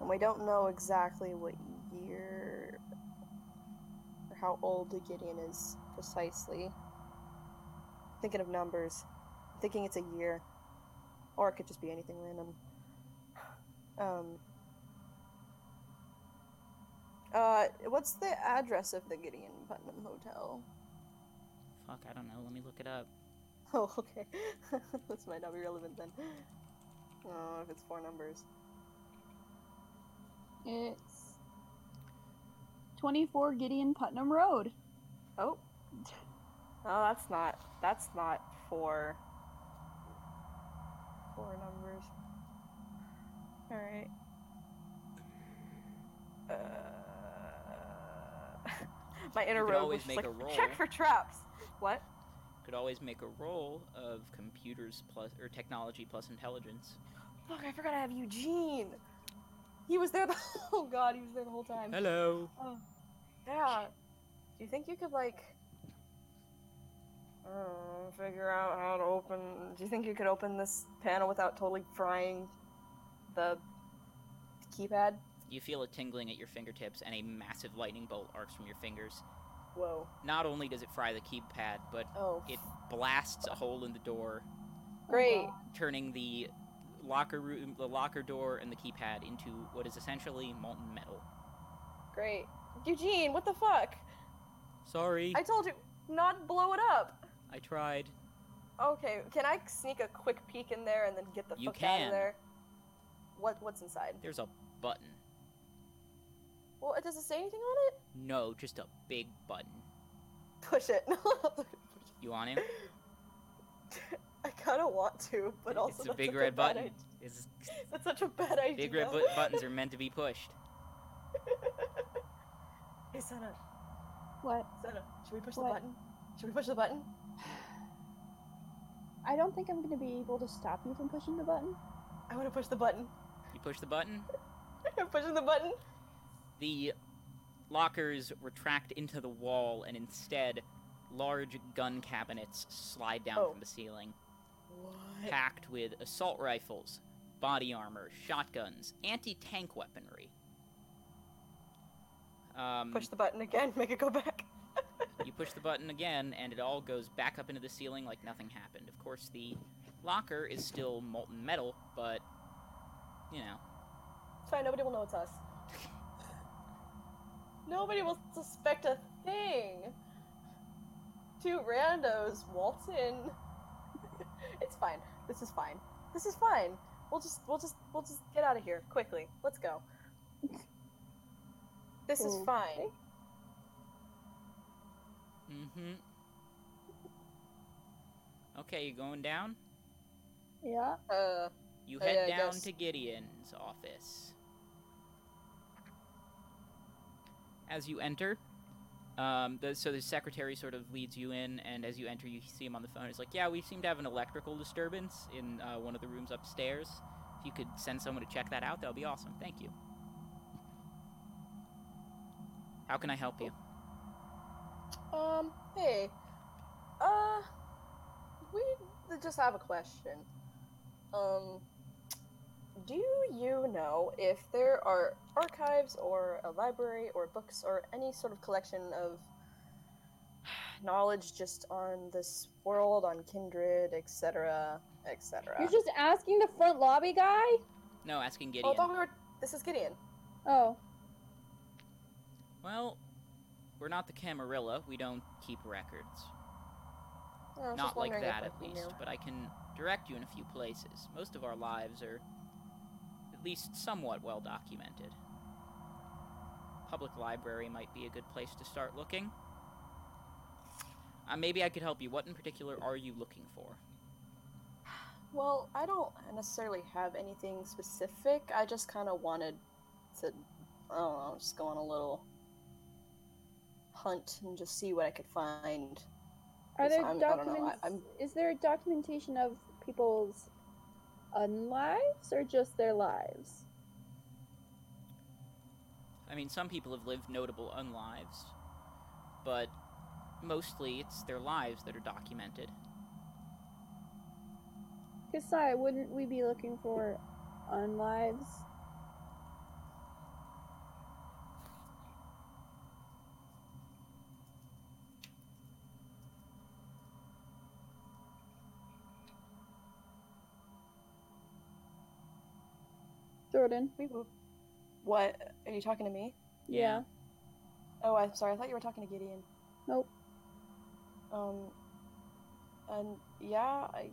D: And we don't know exactly what year or how old the Gideon is precisely. Thinking of numbers, thinking it's a year, or it could just be anything random. Um. Uh, what's the address of the Gideon Putnam Hotel?
A: Fuck, I don't know. Let me look it up.
D: Oh, okay. this might not be relevant then. Oh, if it's four numbers.
C: It's 24 Gideon Putnam Road.
D: Oh. No, that's not. That's not four. Four numbers. All right. Uh, my inner
A: could
D: rogue
A: always
D: was
A: make
D: just
A: a
D: like,
A: roll.
D: check for traps. What?
A: Could always make a roll of computers plus or technology plus intelligence.
D: Fuck! I forgot I have Eugene. He was there. The- oh god, he was there the whole time.
A: Hello.
D: Yeah. Do you think you could like uh, figure out how to open? Do you think you could open this panel without totally frying the keypad?
A: You feel a tingling at your fingertips, and a massive lightning bolt arcs from your fingers.
D: Whoa!
A: Not only does it fry the keypad, but
D: Oh,
A: it blasts a hole in the door,
D: great!
A: turning the locker room, the locker door, and the keypad into what is essentially molten metal.
D: Great, Eugene! What the fuck?
A: Sorry,
D: I told you not blow it up.
A: I tried.
D: Okay, can I sneak a quick peek in there and then get the
A: You
D: fuck out
A: can.
D: of there? What What's inside?
A: There's a button.
D: Well, it doesn't say anything on it.
A: No, just a big button.
D: Push it.
A: You want him?
D: I kind of want to, but also
A: it's a
D: that's
A: big
D: such
A: red
D: bad
A: button.
D: idea.
A: It's,
D: That's such a bad idea.
A: big red bu- buttons are meant to be pushed.
D: Hey, Senna,
C: What?
D: Senna, should we push
C: What?
D: the button? Should we push the button?
C: I don't think I'm going to be able to stop you from pushing the button.
D: I want to push the button.
A: You push the button.
D: I'm pushing the button.
A: The lockers retract into the wall, and instead, large gun cabinets slide down
D: Oh.
A: from the ceiling,
D: What?
A: packed with assault rifles, body armor, shotguns, anti-tank weaponry. Um,
D: Push the button again. Make it go back.
A: you push the button again, and it all goes back up into the ceiling like nothing happened. Of course, the locker is still molten metal, but you know,
D: It's fine. Nobody will know it's us. Nobody will suspect a thing. Two randos waltz in. it's fine. This is fine. This is fine. We'll just we'll just we'll just get out of here quickly. Let's go. This is
C: Okay.
D: fine.
A: Mm-hmm. Okay, you going down?
C: Yeah.
D: Uh,
A: You
D: Oh,
A: head
D: yeah, I
A: down
D: guess.
A: to Gideon's office. As you enter, um, the, so the secretary sort of leads you in, and as you enter, you see him on the phone. He's like, "Yeah, we seem to have an electrical disturbance in uh, one of the rooms upstairs. If you could send someone to check that out, that would be awesome. Thank you." How can I help you?
D: um, hey, uh, we just have a question. Um, do you know if there are archives or a library or books or any sort of collection of knowledge just on this world, on kindred, etc., etc.?
C: You're just asking the front lobby guy?
A: No, asking
D: Oh, I
A: Gideon.
D: thought we were. This is Gideon.
C: Oh.
A: Well, we're not the Camarilla. We don't keep records.
D: Oh, I was just
A: not like
D: wondering if,
A: that at
D: we
A: least,
D: knew.
A: but I can direct you in a few places. Most of our lives are at least somewhat well documented. Public library might be a good place to start looking. Uh, maybe I could help you. What in particular are you looking for?
D: Well, I don't necessarily have anything specific. I just kind of wanted to, I don't know, just go on a little hunt and just see what I could find.
C: Are
D: Yes,
C: there
D: I'm- I don't know, I-
C: documents?
D: I'm-
C: Is there a documentation of people's unlives or just their lives?
A: I mean, some people have lived notable unlives, but mostly it's their lives that are documented.
C: Kasai, wouldn't we be looking for unlives? Jordan.
D: We will- What? Are you talking to me?
A: Yeah.
D: Oh, I'm sorry. I thought you were talking to Gideon.
C: Nope.
D: Um, and yeah, I,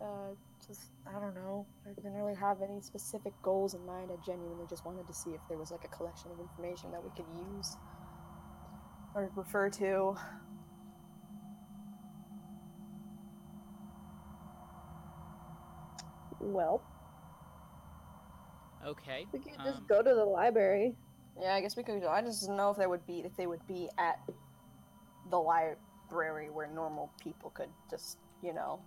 D: uh, just, I don't know. I didn't really have any specific goals in mind. I genuinely just wanted to see if there was like a collection of information that we could use or refer to.
C: Well,
A: Okay.
C: we could just
A: um,
C: go to the library.
D: Yeah, I guess we could. I just didn't know if they would be if they would be at the library where normal people could just, you know.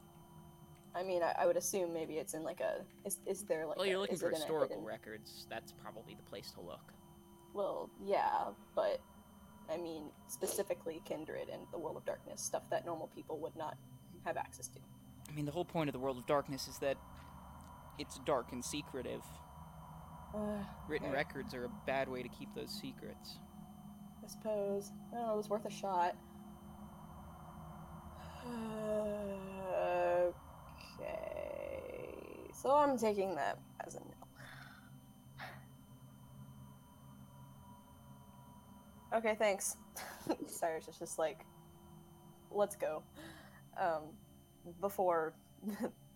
D: I mean, I, I would assume maybe it's in like a. Is, is there like?
A: Well, you're
D: a-
A: looking
D: is
A: for
D: it in a
A: historical
D: hidden-
A: records. That's probably the place to look.
D: Well, yeah, but I mean specifically kindred and the world of darkness stuff that normal people would not have access to.
A: I mean, the whole point of the world of darkness is that it's dark and secretive.
D: Uh,
A: Written
D: Okay.
A: records are a bad way to keep those secrets.
D: I suppose. I don't know. It was worth a shot. okay, so I'm taking that as a no. Okay, thanks. Cyrus is just like, let's go. Um, before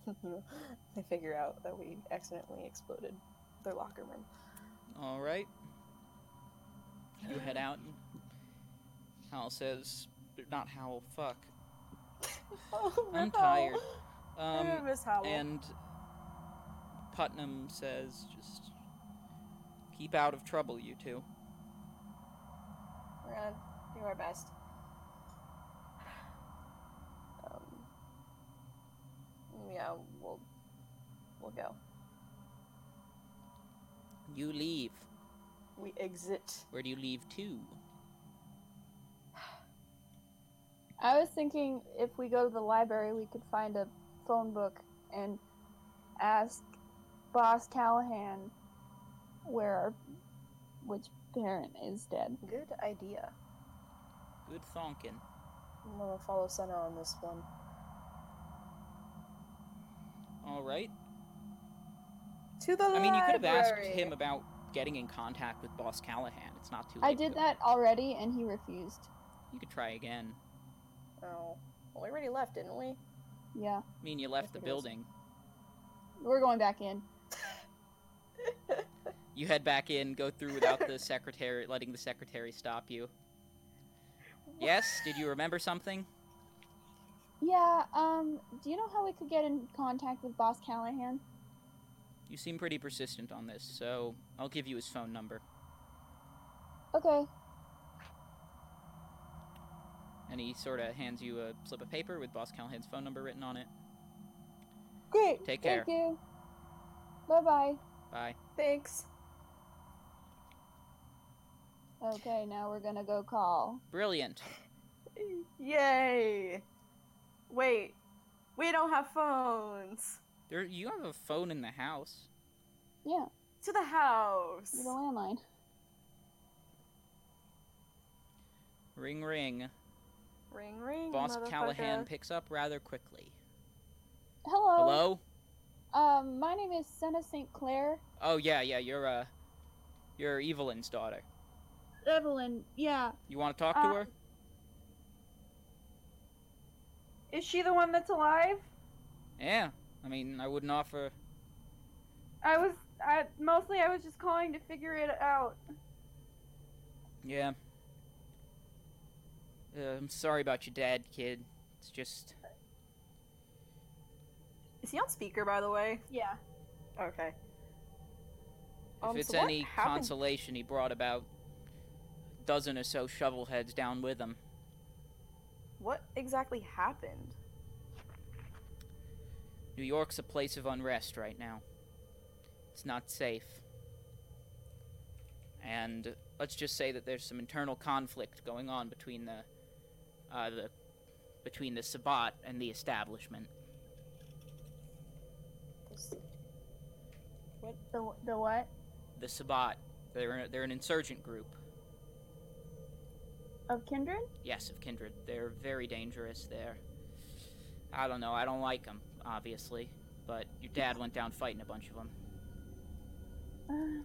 D: they figure out that we accidentally exploded their locker room.
A: All right. You head out. And Hal says, "Not Hal. Fuck."
D: Oh,
A: I'm
D: no.
A: tired.
D: I
A: Um,
D: miss Howell.
A: and Putnam says, "Just keep out of trouble, you two.
D: We're gonna do our best. Um, yeah, we'll we'll go.
A: You leave.
D: We exit.
A: Where do you leave to?
C: I was thinking if we go to the library, we could find a phone book and ask Boss Callahan where our, which parent is dead.
D: Good idea.
A: Good thonkin.
D: I'm gonna follow Senna on this one.
A: All right.
D: To the
A: I mean, you could have asked him about getting in contact with Boss Callahan. It's not too late.
C: I
A: to
C: did
A: go.
C: that already, and he refused.
A: You could try again.
B: Oh. Well, we already left, didn't we?
C: Yeah,
A: I mean, you left
B: Yes,
A: the
B: it is.
A: building.
C: we're going back in.
A: You head back in, go through without the secretary, letting the secretary stop you. Yes? Did you remember something?
C: Yeah. Um. Do you know how we could get in contact with Boss Callahan?
A: You seem pretty persistent on this, so I'll give you his phone number.
C: Okay.
A: And he sort of hands you a slip of paper with Boss Callahan's phone number written on it.
C: Great.
A: Take care.
C: Thank you. Bye bye.
A: Bye.
B: Thanks.
C: Okay. Now we're gonna go call.
A: Brilliant.
B: Yay. Wait. We don't have phones.
A: There, you have a phone in the house.
C: Yeah.
B: To the house.
C: The landline.
A: Ring, ring.
B: Ring ring.
A: Boss
B: motherfucker.
A: Callahan picks up rather quickly.
C: Hello.
A: Hello?
C: Um. My name is Senna St. Clair.
A: Oh yeah, yeah. You're uh, you're Evelyn's daughter.
C: Evelyn. Yeah.
A: You want to talk to
C: Uh,
A: her?
E: Is she the one that's alive?
A: Yeah. I mean, I wouldn't offer.
E: I was I, mostly I was just calling to figure it out.
A: Yeah. Uh, I'm sorry about your dad, kid. It's just
B: Is he on speaker, by the way?
E: Yeah.
B: Okay.
A: if
B: Um,
A: it's
B: so what
A: any
B: happened-
A: consolation, he brought about a dozen or so shovel heads down with him.
B: What exactly happened?
A: New York's a place of unrest right now. It's not safe. And let's just say that there's some internal conflict going on between the uh, the between the Sabbat and the establishment.
E: The the what?
A: The Sabbat, they're they're an insurgent group.
E: Of kindred?
A: Yes, of kindred. They're very dangerous. They're I don't know. I don't like them, obviously. But your dad went down fighting a bunch of them.
C: Uh,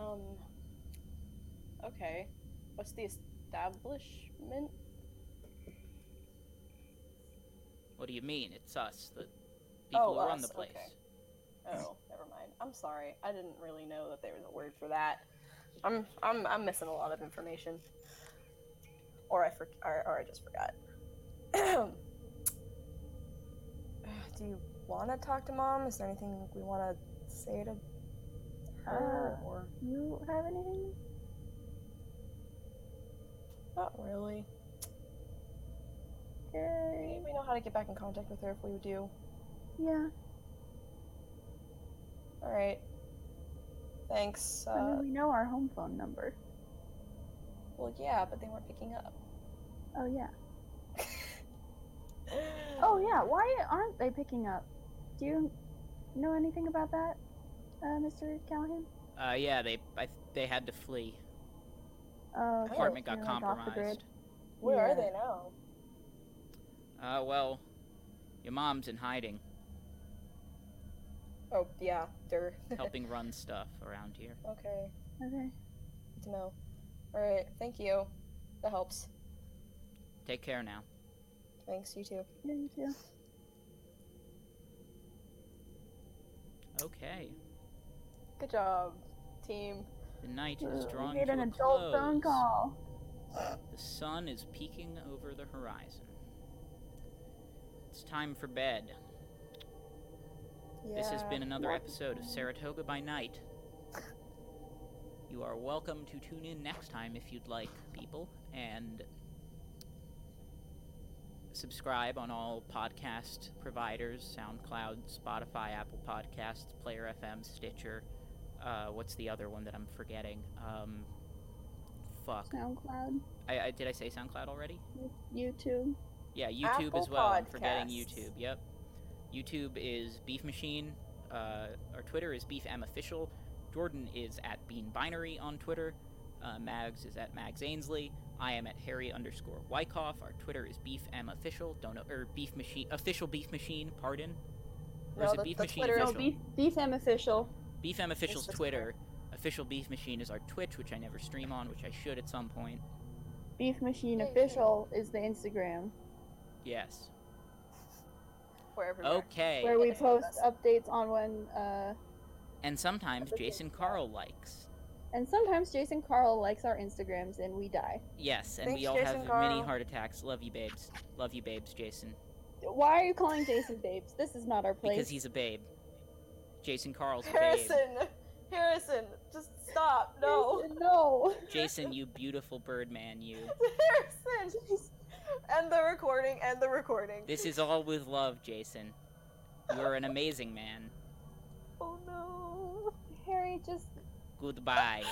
B: Um. Okay. What's the establishment?
A: What do you mean? It's us, the people
B: Oh,
A: who run
B: us,
A: the place.
B: okay. Oh, never mind. I'm sorry. I didn't really know that there was a word for that. I'm I'm I'm missing a lot of information. Or I for, or, or I just forgot. Do you want to talk to mom? Is there anything we want to say to her? or
C: you have anything?
B: not really. I
C: Okay.
B: think we know how to get back in contact with her if we do.
C: Yeah.
B: All right. Thanks.
C: I mean,
B: Uh,
C: we know our home phone number.
B: well, yeah, but they weren't picking up.
C: Oh yeah. Oh yeah. Why aren't they picking up? Do you know anything about that, uh, Mr. Callahan?
A: Uh, yeah, they I, they had to flee.
C: Oh, okay,
A: Apartment
C: so
A: got
C: you're, like, off the
A: compromised.
B: Where
C: Yeah.
B: are they now?
A: Uh, well, your mom's in hiding,
B: Oh yeah, der.
A: helping run stuff around here.
B: okay,
C: grid. Okay.
B: good to know. All right, thank you. That helps.
A: Take care now.
B: Thanks. You too.
C: Yeah, you too.
A: Okay.
B: Good job, team.
A: The night
C: Uh,
A: is
C: we
A: drawing
C: made
A: to
C: an
A: a
C: adult
A: close.
C: phone call.
A: The sun is peeking over the horizon. It's time for bed. This has been another
C: Lots of
A: episode of Saratoga by Night. You are welcome to tune in next time if you'd like, people, and subscribe on all podcast providers SoundCloud, Spotify, Apple Podcasts, Player FM, Stitcher. Uh, what's the other one that I'm forgetting? Um, fuck.
C: SoundCloud,
A: I, I, did I say SoundCloud already?
C: YouTube.
A: Yeah, YouTube
B: Apple
A: as well. I'm forgetting
B: Podcasts.
A: YouTube. Yep. YouTube is Beef Machine. Uh, our Twitter is Beef M Official. Jordan is at Bean Binary on Twitter. Uh, Mags is at Mags Ainsley. I am at Harry underscore Wyckoff. Our Twitter is Beef M Official. Don't know or Beef Machine Official Beef Machine. Pardon. Or is
B: No,
A: it
B: that-
A: Beef
B: that's
A: Machine
B: Twitter.
C: No,
A: official?
C: beef, beef M official.
A: Beef M Official's
B: just
A: Twitter.
B: Twitter.
A: Official Beef Machine is our Twitch, which I never stream on, which I should at some point.
C: Beef Machine
B: Yeah, you should.
C: official is the Instagram
A: Yes.
B: wherever.
C: Oh.
B: we are.
A: Okay.
C: where we
B: yeah,
C: post
B: that's-
C: updates on when. Uh,
A: And sometimes Jason Carl likes.
C: and sometimes Jason Carl likes our Instagrams and we die.
A: Yes, and
B: Thanks,
A: we all
B: Jason
A: have mini
B: Carl.
A: heart attacks. Love you, babes. Love you, babes, Jason.
C: Why are you calling Jason babes? This is not our place.
A: Because he's a babe. Jason Carl's a babe.
B: Harrison, Harrison, just stop. No.
C: Jason, no.
A: Jason, you beautiful birdman, you.
B: Harrison, end the recording. End the recording.
A: This is all with love, Jason. You're an amazing man.
B: Oh no.
C: Harry just
A: Goodbye.